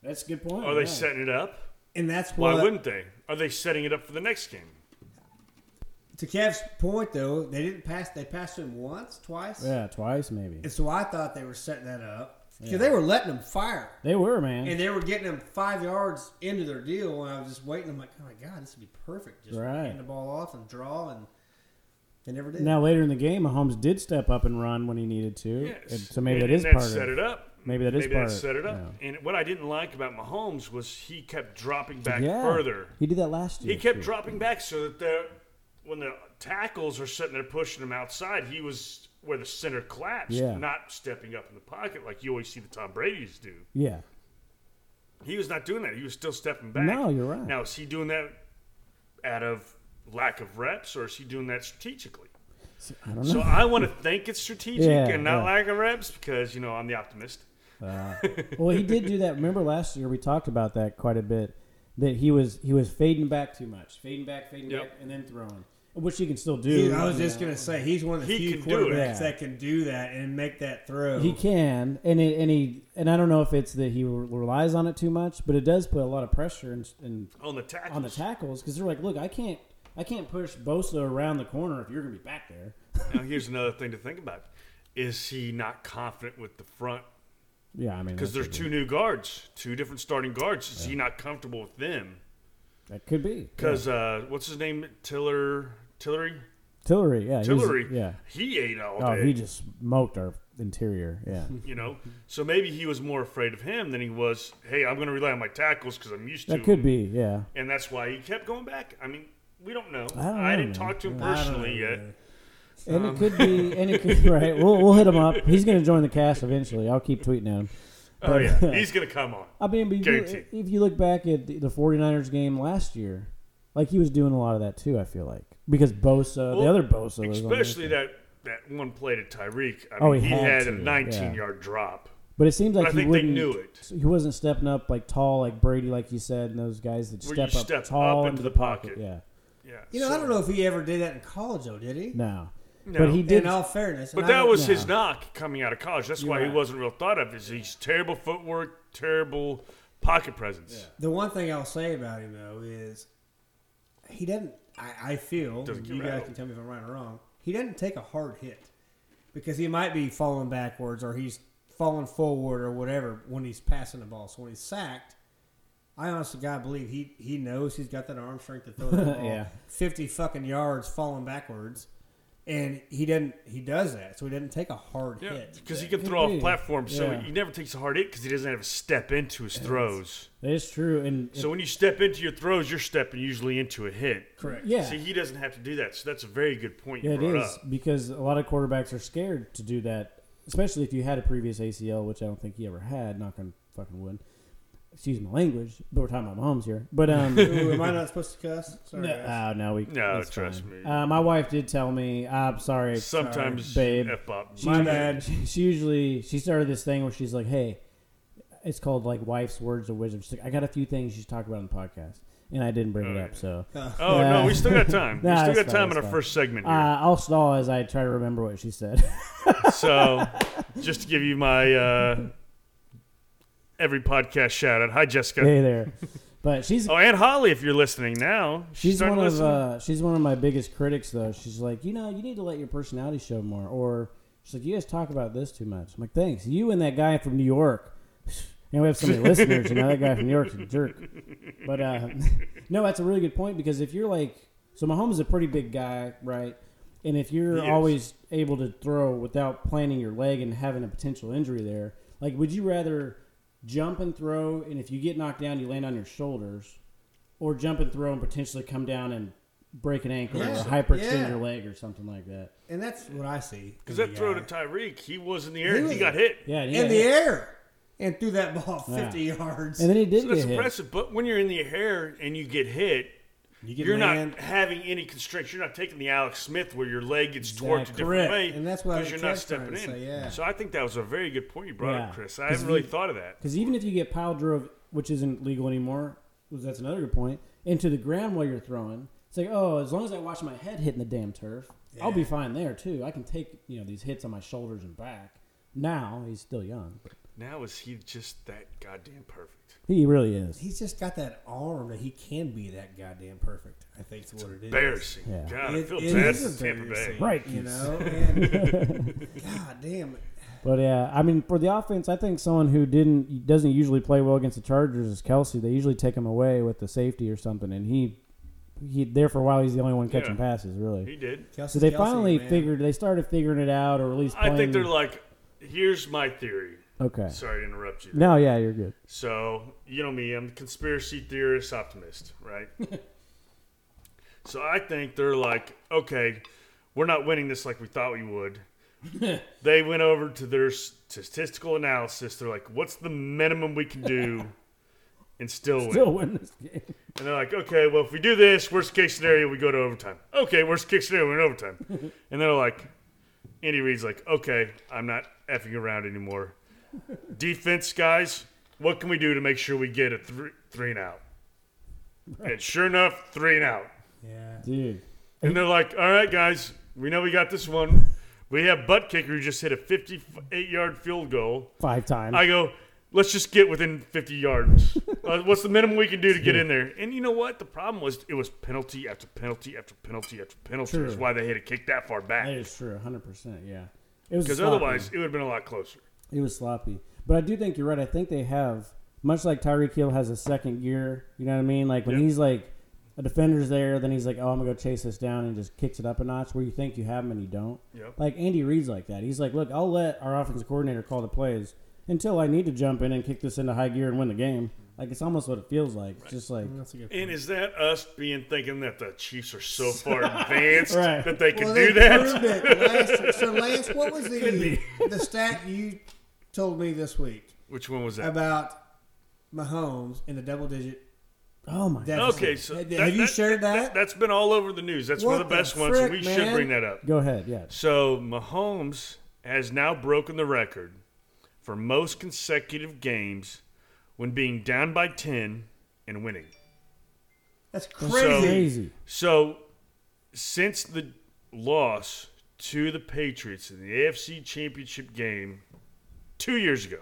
that's a good point. Are they yeah. setting it up? and that's Why what. wouldn't they? Are they setting it up for the next game? to Kev's point, though, they didn't pass. They passed him once, twice. Yeah, twice maybe. And so I thought they were setting that up because they were letting them fire They were man. and they were getting them five yards into their deal. And I was just waiting. I'm like, oh my god, this would be perfect. Just Right. hand the ball off and draw, and they never did. now later in the game, Mahomes did step up and run when he needed to. And so maybe and, that is and part of set it. it up. Maybe that is Maybe part that of it, set it up. And what I didn't like about Mahomes was he kept dropping back yeah, further. He did that last year. He kept too. dropping back so that the when the tackles are sitting there pushing him outside, he was where the center collapsed, Yeah. not stepping up in the pocket like you always see the Tom Brady's do. Yeah, He was not doing that. He was still stepping back. No, you're right. Now is he doing that out of lack of reps or is he doing that strategically? I don't know. So I want to think it's strategic Yeah, and not yeah. lack of reps because you know I'm the optimist. well, he did do that. Remember last year we talked about that quite a bit. That he was he was fading back too much, fading back, fading Yep. back, and then throwing, which you can still do. Dude, I was you just know. gonna say he's one of the He few can do it. Yeah. quarterbacks that can do that and make that throw. He can, and it, and he and I don't know if it's that he re- relies on it too much, but it does put a lot of pressure and, and On the tackles. on the tackles because they're like, look, I can't, I can't push Bosa around the corner if you're gonna be back there. now here's another thing to think about: is he not confident with the front Yeah, I mean, Because that's there's a two new guards, two different starting guards. Is he not comfortable with them? good- That could be Because uh, what's his name? Tiller, Tillery, Tillery. Yeah, he was- Tillery. yeah. he ate all Oh, day. he just smoked our interior. Yeah, you know, so maybe he was more afraid of him than he was. Hey, I'm going to rely on my tackles because I'm used to. that could them." be. Yeah, and that's why he kept going back. I mean, we don't know. I, don't know, didn't man. talk to him I don't personally know, yet. man. and Um. it could be, and it could right. We'll we'll hit him up. He's gonna join the cast eventually. I'll keep tweeting at him. Oh yeah, he's going to come on. I mean, but you, Guaranteed. if you look back at the the 49ers game last year, like he was doing a lot of that too. I feel like because Bosa, the Well, other Bosa, was on there. Especially that that one play to Tyreek. I mean, Oh, he, he had had, to, a 19 yeah. yard drop. But it seems like I he think they wouldn't. knew it. He wasn't stepping up like tall, like Brady, like you said, and those guys that Where step you up step tall up into, the pocket. Yeah, Yeah, You know, so- I don't know if he ever did that in college, though. Did he? no. No. but he did. In all fairness, But and I that don't- was no. his knock coming out of college. That's why right. he wasn't real thought of. Is he's terrible footwork, terrible pocket presence. The one thing I'll say about him though is he doesn't. I, I feel Doesn't you get guys rattled. can tell me if I'm right or wrong. He doesn't take a hard hit because he might be falling backwards or he's falling forward or whatever when he's passing the ball. So when he's sacked, I honestly God believe he he knows he's got that arm strength to throw the ball Yeah. fifty fucking yards falling backwards, and he doesn't. He does that, so he doesn't take a hard Yeah, hit. because he can throw off Indeed. platform, so Yeah. he never takes a hard hit because he doesn't have a step into his throws. It's true, and So when you step into your throws, you're stepping usually into a hit. Correct. yeah, See, he doesn't have to do that. So that's a very good point you yeah, it brought is up. because a lot of quarterbacks are scared to do that, especially if you had a previous ACL, which I don't think he ever had. Knock on fucking wood. Excuse my language, but we're talking about Mahomes here. But um, Ooh, am I not supposed to cuss? Sorry. no, guys. oh, no, we No, that's trust fine. me. Uh, my wife did tell me. I'm sorry. Sometimes, sorry, babe. F-bop. She, My bad. She, she usually she started this thing where she's like, "Hey, it's called like wife's words of wisdom." She's like, "I got a few things you should talk about on the podcast," and I didn't bring it up. So Oh Yeah. no, we still got time. Nah, we still that's got fine, time in that's our fine. first segment uh, here. I'll stall as I try to remember what she said. Ah. So, just to give you my uh, every podcast shout out. Hi, Jessica. hey there. But she's Oh, and Holly, if you're listening now, she's started one of listening. uh, she's one of my biggest critics though. She's like, you know, you need to let your personality show more. Or she's like, you guys talk about this too much. I'm like, thanks. You and that guy from New York. And we have so many listeners. You know, that guy from New York's a jerk. But uh, no, that's a really good point because if you're like, so Mahomes is a pretty big guy, right? And if you're He is. always able to throw without planning your leg and having a potential injury there, like, would you rather jump and throw, and if you get knocked down, you land on your shoulders, or jump and throw and potentially come down and break an ankle Yeah. or hyperextend Yeah. your leg or something like that? and that's what I see. Because that throw to time Tyreek, he was in the air. He and He was- got hit. Yeah, and he in got the hit. air and threw that ball 50 yards. and then he did So get that's hit. impressive. But when you're in the air and you get hit, you you are not having any constraints. You're not taking the Alex Smith where your leg gets torqued a Exactly. different Correct. way. And that's what I because was you're not just trying stepping in. to say, yeah. So I think that was a very good point you brought Yeah. up, Chris. I 'Cause haven't really you- thought of that. Because even if you get pile drove, which isn't legal anymore, was that's another good point, into the ground while you're throwing, it's like, oh, as long as I watch my head hitting the damn turf, I'll be fine there too. I can take you know these hits on my shoulders and back. Now he's still young. Now is he just that goddamn perfect? He really is. He's just got that arm that he can be that goddamn perfect. I think is what it is. Embarrassing. Yeah. God, I It- feel it bad is for Tampa Bay. embarrassing, Right, You Keith. know, and God damn it. But yeah, I mean, for the offense, I think someone who didn't doesn't usually play well against the Chargers is Kelsey. They usually take him away with the safety or something, and he he there for a while he's the only one catching Yeah. passes really. He did. Kelsey, so they Kelsey, finally man. figured they started figuring it out, or at least playing, I think they're like, here's my theory. okay. Sorry to interrupt you. No, yeah, you're good. So, you know me, I'm a conspiracy theorist optimist, right? so I think they're like, okay, we're not winning this like we thought we would. they went over to their statistical analysis. They're like, what's the minimum we can do and still win? Still win this game. And they're like, okay, well, if we do this, worst case scenario, we go to overtime. Okay, worst case scenario, we're in overtime. and they're like, Andy Reid's like, okay, I'm not effing around anymore. Defense, guys, what can we do to make sure we get a three, three and out? And sure enough, three and out. Yeah. Dude. And they're like, all right, guys, we know we got this one. We have butt kicker who just hit a 58 yard field goal. Five times. I go, let's just get within 50 yards. Uh, what's the minimum we can do to get in there? And you know what? The problem was it was penalty after penalty after penalty after penalty. True. That's why they had to kick that far that back. is true, hundred percent, yeah. It was Because sloppy. otherwise, it would have been a lot closer. it was sloppy. But I do think you're right. I think they have much like Tyreek Hill has a second gear, you know what I mean? Like when Yep. he's like a defender's there, then he's like, Oh, I'm gonna go chase this down and just kicks it up a notch where you think you have him and you don't. Yep. Like Andy Reid's like that. He's like, Look, I'll let our offensive coordinator call the plays until I need to jump in and kick this into high gear and win the game. Like it's almost what it feels like. It's just like That's a good And is that us being thinking that the Chiefs are so far advanced Right. that they can Well, do they that? proved it last- so, Lance, what was the the stat you told me this week Which one was that? about Mahomes in the double digit? Oh my god. deficit? Okay, so have that- you shared that? That's been all over the news. That's one What of the best the ones. and frick, we should bring man? that up. Go ahead, yeah. So Mahomes has now broken the record for most consecutive games when being down by 10 and winning. That's So- crazy. Crazy. So since the loss to the Patriots in the AFC Championship game 2 years ago,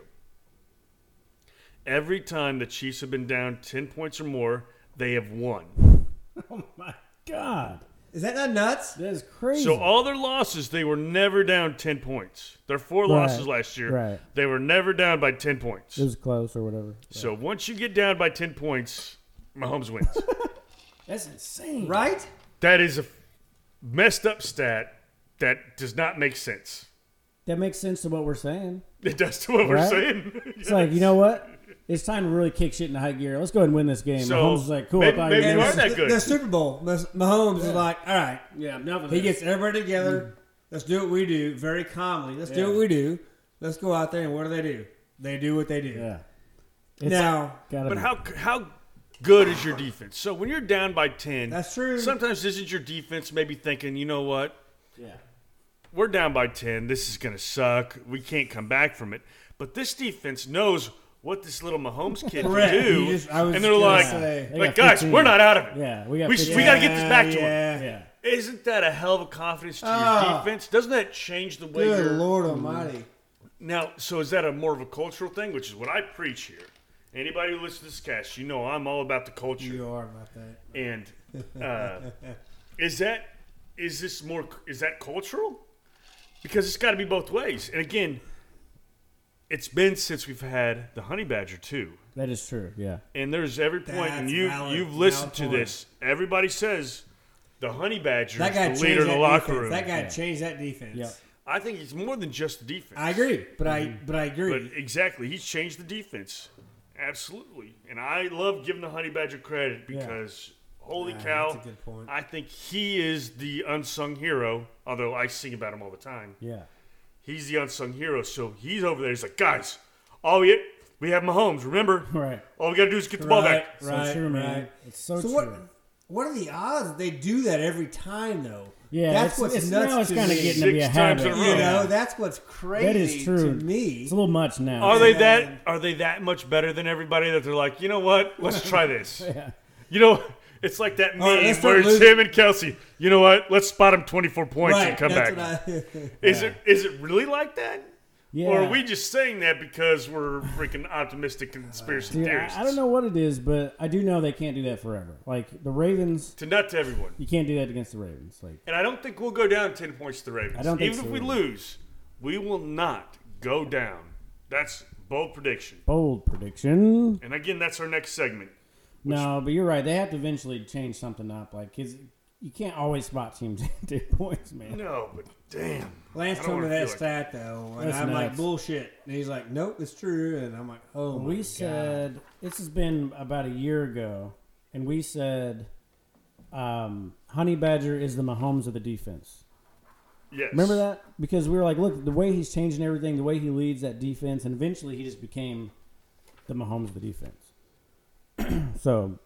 every time the Chiefs have been down 10 points or more, they have won. Oh my god. Is that not nuts? That is crazy. So all their losses, they were never down 10 points. Their four losses last year, right. they were never down by 10 points. it was close or whatever. So once you get down by 10 points, Mahomes wins. That's insane. Right? that is a messed up stat that does not make sense. That makes sense to what we're saying. It does to what we're Right? saying. It's like, you know what? It's time to really kick shit into high gear. Let's go ahead and win this game. So, Mahomes is like, cool. maybe- I thought maybe you you were are that The- good. The Super Bowl. Mas- Mahomes is like, all right, Yeah, Mm-hmm. nothing. he gets everybody together. Let's do what we do very calmly. Let's do what we do. Let's go out there and what do they do? They do what they do. Yeah. Now, Gotta But be. how how good is your defense? So when you're down by 10, That's true. Sometimes isn't your defense maybe thinking, you know what? Yeah. We're down by 10. This is going to suck. We can't come back from it. But this defense knows what this little Mahomes kid Correct. can do. You just- I was and they're gonna like, say. They like got guys, 15. we're not out of it. Yeah, we got we, 15. we got to get this back to him. yeah. Yeah. Isn't that a hell of a confidence to Ah. your defense? Doesn't that change the way Good you're Mm-hmm. Lord Almighty. now? So is that a more of a cultural thing, which is what I preach here, Anybody who listens to this cast, you know I'm all about the culture. You are about that. And uh, is that is this more is that cultural? Because it's got to be both ways. And again, it's been since we've had the honey badger too. That is true. Yeah. And there's every point, and That's you valid- you've listened valid to point. this. Everybody says the honey badger That guy is changed the leader in that the locker defense. room. That guy changed that defense. Yep. Mm-hmm. I think it's more than just the defense. I agree, but I but I agree. But exactly, he's changed the defense. Absolutely. And I love giving the Honey Badger credit because holy Yeah, cow, that's a good point. I think he is the unsung hero, although I sing about him all the time. Yeah. He's the unsung hero. So he's over there. He's like, guys, all we, we have Mahomes, remember? Right. All we got to do is get the ball right, back. right, so true, man. right. It's so, So true. what? What are the odds that they do that every time though? Yeah, that's it's- what's it's- nuts now it's to kinda me. getting to be a Six times habit. in a you row. know, that's what's crazy That is true. to me. It's a little much now. Are they that? Are they that much better than everybody that they're like? You know what? Let's try this. You know, it's like that meme right, let's where not it's lose- him and Kelsey. You know what? Let's spot him twenty four points right, and come that's back. what I- Is it is it really like that? Yeah. Or are we just saying that because we're freaking optimistic conspiracy Dude, theorists? I, I don't know what it is, but I do know they can't do that forever. Like the Ravens, To not to everyone, you can't do that against the Ravens. Like and I don't think we'll go down ten points to the Ravens. I don't think Even so if we either. lose, we will not go down. That's bold prediction. bold prediction. And again, that's our next segment. No, but you're right. They have to eventually change something up. Like, 'cause you can't always spot teams at two points, man. No, but damn. Lance I don't told me wanna that feel like stat though, and That's I'm like nuts. bullshit. And he's like, nope, it's true. And I'm like, oh, my We God. said this has been about a year ago, and we said um, Honey Badger is the Mahomes of the defense. Yes. Remember that? Because we were like, look, the way he's changing everything, the way he leads that defense, and eventually he just became the Mahomes of the defense. so,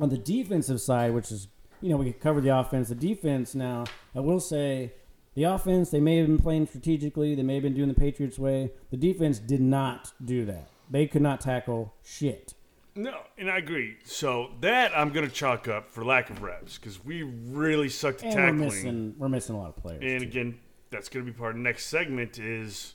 on the defensive side, which is, you know, we could cover the offense. The defense now, I will say, the offense, they may have been playing strategically, they may have been doing the Patriots way. The defense did not do that. They could not tackle shit. No, and I agree. So that I'm going to chalk up for lack of reps because we really sucked at And tackling. we're missing, we're missing a lot of players. And too. again, that's going to be part of the next segment is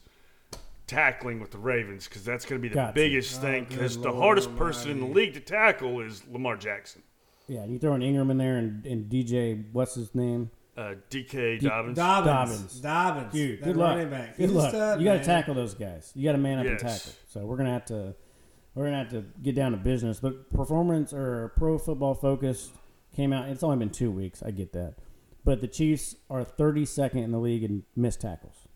tackling with the Ravens because that's going to be the Gotcha. biggest thing Oh, good because the Lord hardest person in the Almighty. league to tackle is Lamar Jackson, yeah, you throw an Ingram in there and, and DJ, what's his name? uh, DK Dobbins. Dobbins, Dobbins. Dobbins, Dude, that good luck. running back. Good He's a luck. stud, you got man. to tackle those guys. You got to man up Yes. and tackle. So we're gonna have to, we're gonna have to get down to business. But performance or pro football focus came out. It's only been two weeks. I get that, but the Chiefs are 32nd in the league in missed tackles,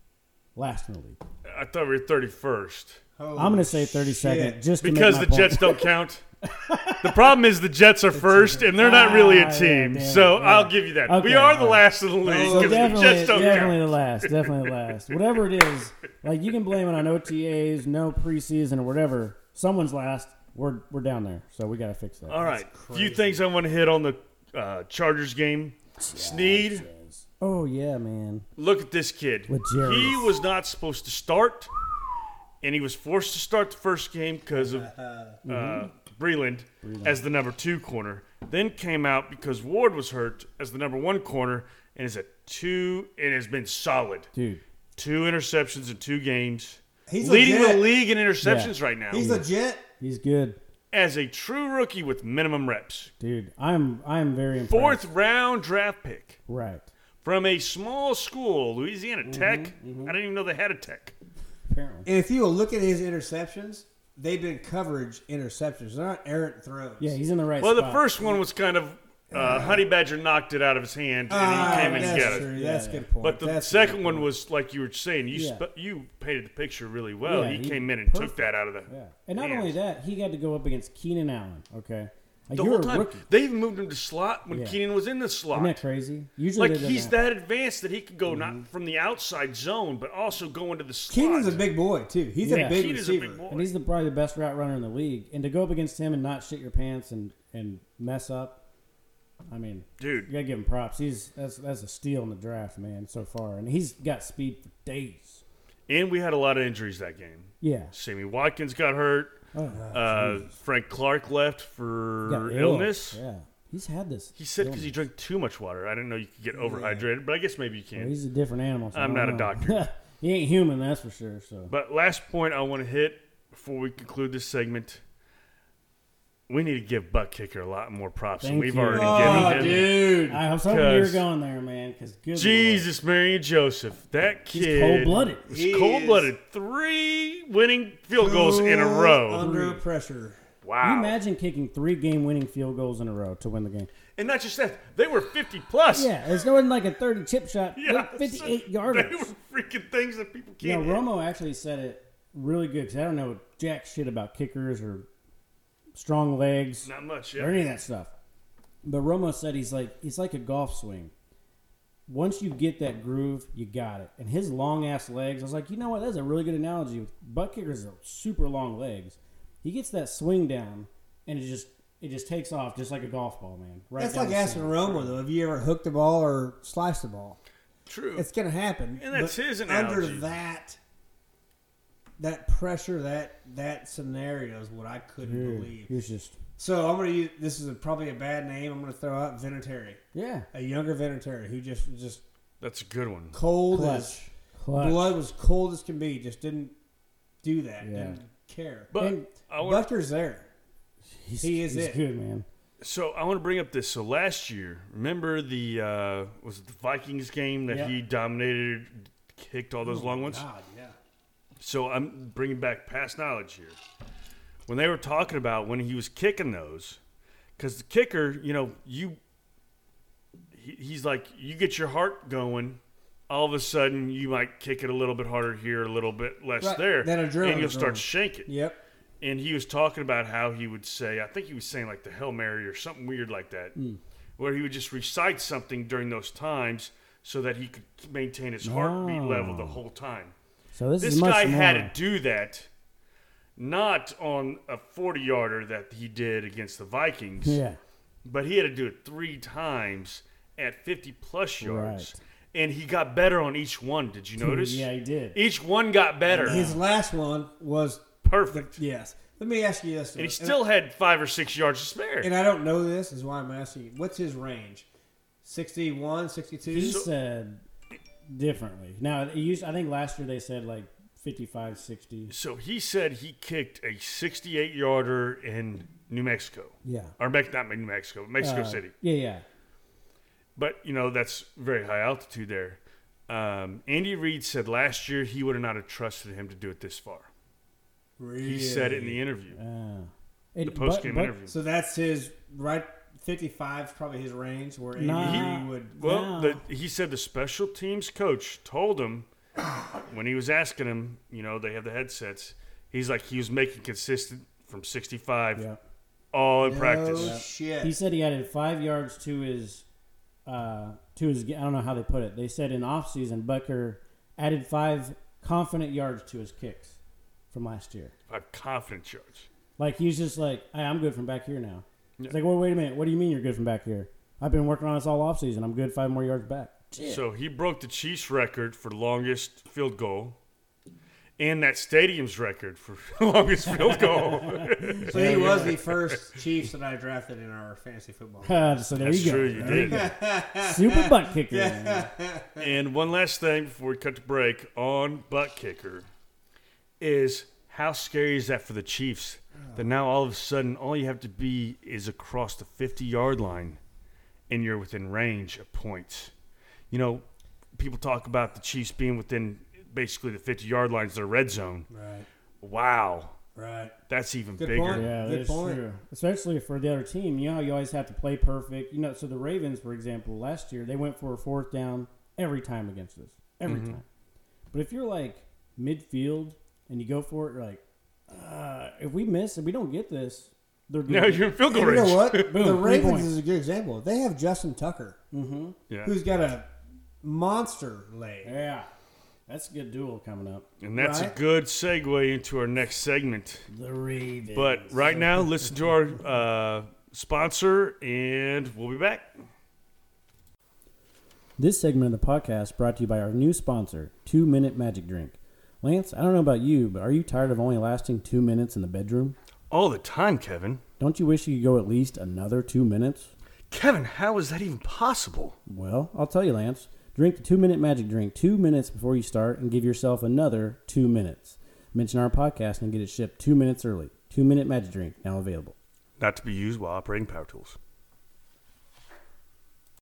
last in the league. I thought we were 31st Holy I'm gonna say 32nd shit. just to make because my the point. Jets don't count. the problem is the Jets are first and they're not really Ah, a yeah, team. damn it, so yeah. I'll give you that. we Okay, are the all right. last in the league So because the definitely, Jets don't count. definitely the last. Definitely the last. Whatever it is, like you can blame it on OTAs, no preseason or whatever. Someone's last. We're we're down there, so we got to fix that. All right, few things I want to hit on the uh, Chargers game. Sneed, Oh yeah, man. look at this kid. Legarius. He was not supposed to start, and he was forced to start the first game because of Mm-hmm. uh, Breland as the number two corner. Then came out because Ward was hurt as the number one corner, and is a two and has been solid. Dude, Two interceptions in two games. He's leading legit. the league in interceptions right now He's legit. he's good. as a true rookie with minimum reps. Dude, I'm I'm very impressed. Fourth round draft pick. Right. from a small school, Louisiana Tech. I didn't even know they had a tech. Apparently. And if you will look at his interceptions, they've been coverage interceptions. They're not errant throws. Yeah, he's in the right Well, spot. the first one was kind of uh, Honey Badger knocked it out of his hand and Ah, he came in and that's got it. true. That's a Yeah. good point. But the That's a second good one point. was like you were saying. You Yeah. sp- you painted the picture really well. Yeah, he, he- came in and took perfect. that out of the Yeah. And not hands. only that, he got to go up against Keenan Allen, okay? Like, The you're whole a time rookie. they even moved him to slot when Yeah. Keenan was in the slot. Isn't that crazy? Usually Like they do he's that. that advanced that he could go not from the outside zone, but also go into the slot. Keenan's a big boy too. He's Yeah. a big Keenan's a receiver. big boy. And he's the, probably the best route runner in the league. And to go up against him and not shit your pants and, and mess up, I mean, you dude. gotta give him props. He's that's that's a steal in the draft, man, so far. And he's got speed for days. And we had a lot of injuries that game. Yeah. Sammy Watkins got hurt. Oh, Uh, Frank Clark left for got ill. illness. Yeah. He's had this. He said because he drank too much water. I didn't know you could get overhydrated, but I guess maybe you Well, can. he's a different animal. so I I'm don't not a know. doctor. he ain't human, that's for sure. So But last point I want to hit before we conclude this segment we need to give butt kicker a lot more props than Thank we've you. already Oh, given him. dude. I was hoping you were Because- going there, man. Because good Jesus, Mary and Joseph, that Lord. kid he's cold blooded. was He cold blooded. Three winning field goals in a row. Under pressure. Can you Wow. imagine kicking three game winning field goals in a row to win the game? And not just that, they were 50 plus. Yeah, it's going like a 30 chip shot, Yeah, 58 so yarders. They were freaking things that people You know, can't. hit. Romo actually said it really good because I don't know jack shit about kickers or strong legs Not much. or Yeah. any of that stuff. But Romo said he's like he's like a golf swing. Once you get that groove, you got it. And his long ass legs, I was like, you know what? That's a really good analogy. Butt kickers are super long legs. He gets that swing down, and it just it just takes off just like a golf ball, man. Right. That's down like the asking center. Roma though. Have you ever hooked a ball or sliced a ball? True. It's gonna happen. Oh. And that's but his Under analogy. that, that pressure, that that scenario is what I couldn't Dude, believe. he was just So I'm gonna use this is a, probably a bad name. I'm gonna throw out Vinatieri, yeah. a younger Vinatieri who just just That's a good one. cold as Clutch. Clutch. blood was cold as can be. Just didn't do that. Yeah. Didn't care. But And I want Butker's there. He's, He is he's it. good, man. so I want to bring up this. So last year, remember the uh, was it the Vikings game that Yeah. he dominated, kicked all those long ones. Oh, God, yeah. So I'm bringing back past knowledge here. When they were talking about when he was kicking those, because the kicker, you know, you he, he's like you get your heart going. All of a sudden, you might kick it a little bit harder here, a little bit less Right, there, that and you'll adrenaline's going. start shaking. Yep. and he was talking about how he would say, I think he was saying like the Hail Mary or something weird like that, Hmm. where he would just recite something during those times so that he could maintain his heartbeat level the whole time. So Oh. this, This is much guy more. had to do that, not on a 40 yarder that he did against the Vikings, yeah. but he had to do it three times at 50 plus Right. yards. Hmm, And he got better on each one. Did you notice? Yeah, he did. Each one got better. His last one was Perfect. yes. Let me ask you this. And though. he still had five or six yards to spare. and I don't know this is why I'm asking you. What's his range? 61, 62? He said differently. Now, it used, I think last year they said like 55, 60. So he said he kicked a 68 yarder in New Mexico. Yeah. Or Mex- not New Mexico, Mexico Uh, City. Yeah, yeah. But, you know, that's very high altitude there. Um, Andy Reid said last year he would have not have trusted him to do it this far. He Really? said it in the interview, Uh, and- the post game but- but interview. So that's his right. 55 is probably his range where 83 Nah. would. No. Well, the, he said the special teams coach told him when he was asking him, you know, they have the headsets. He's like, he was making consistent from 65 Yeah. all in practice. Oh, shit. He said he added five yards to his, uh, to his. I don't know how they put it. They said in off season, Bucker added five confident yards to his kicks from last year. Five confidence yards. Like he's just like, hey, I'm good from back here now. It's like, well, wait a minute. What do you mean you're good from back here? I've been working on this all off season. I'm good five more yards back. So he broke the Chiefs record for longest field goal and that stadium's record for longest field goal. so he was the first Chiefs that I drafted in our fantasy football. Uh, so there That's you go. true, you There did. go. Super butt kicker. man. And one last thing before we cut to break on butt kicker is how scary is that for the Chiefs? That now all of a sudden all you have to be is across the 50 yard line and you're within range of points. You know, people talk about the Chiefs being within basically the 50 yard lines, their red zone. Right. Wow, Right. that's even Good bigger. point. Yeah, Good that's point. true. Especially for the other team, you know, you always have to play perfect. You know, so the Ravens, for example, last year they went for a fourth down every time against us, every Mm-hmm. time. But if you're like midfield and you go for it, you're like, uh, if we miss, if we don't get this, they're good. No, you're in field goal You know range. what? Boom, the three Ravens points. is a good example. They have Justin Tucker, Yeah. who's got a monster leg. yeah, that's a good duel coming up. And that's Right. a good segue into our next segment. The Ravens. But right now, listen to our uh, sponsor, and we'll be back. This segment of the podcast brought to you by our new sponsor, Two Minute Magic Drink. Lance, I don't know about you, but are you tired of only lasting two minutes in the bedroom? All the time, Kevin. Don't you wish you could go at least another two minutes? Kevin, how is that even possible? Well, I'll tell you, Lance. Drink the two minute magic drink two minutes before you start and give yourself another two minutes. Mention our podcast and get it shipped two minutes early. Two minute magic drink now available. not to be used while operating power tools.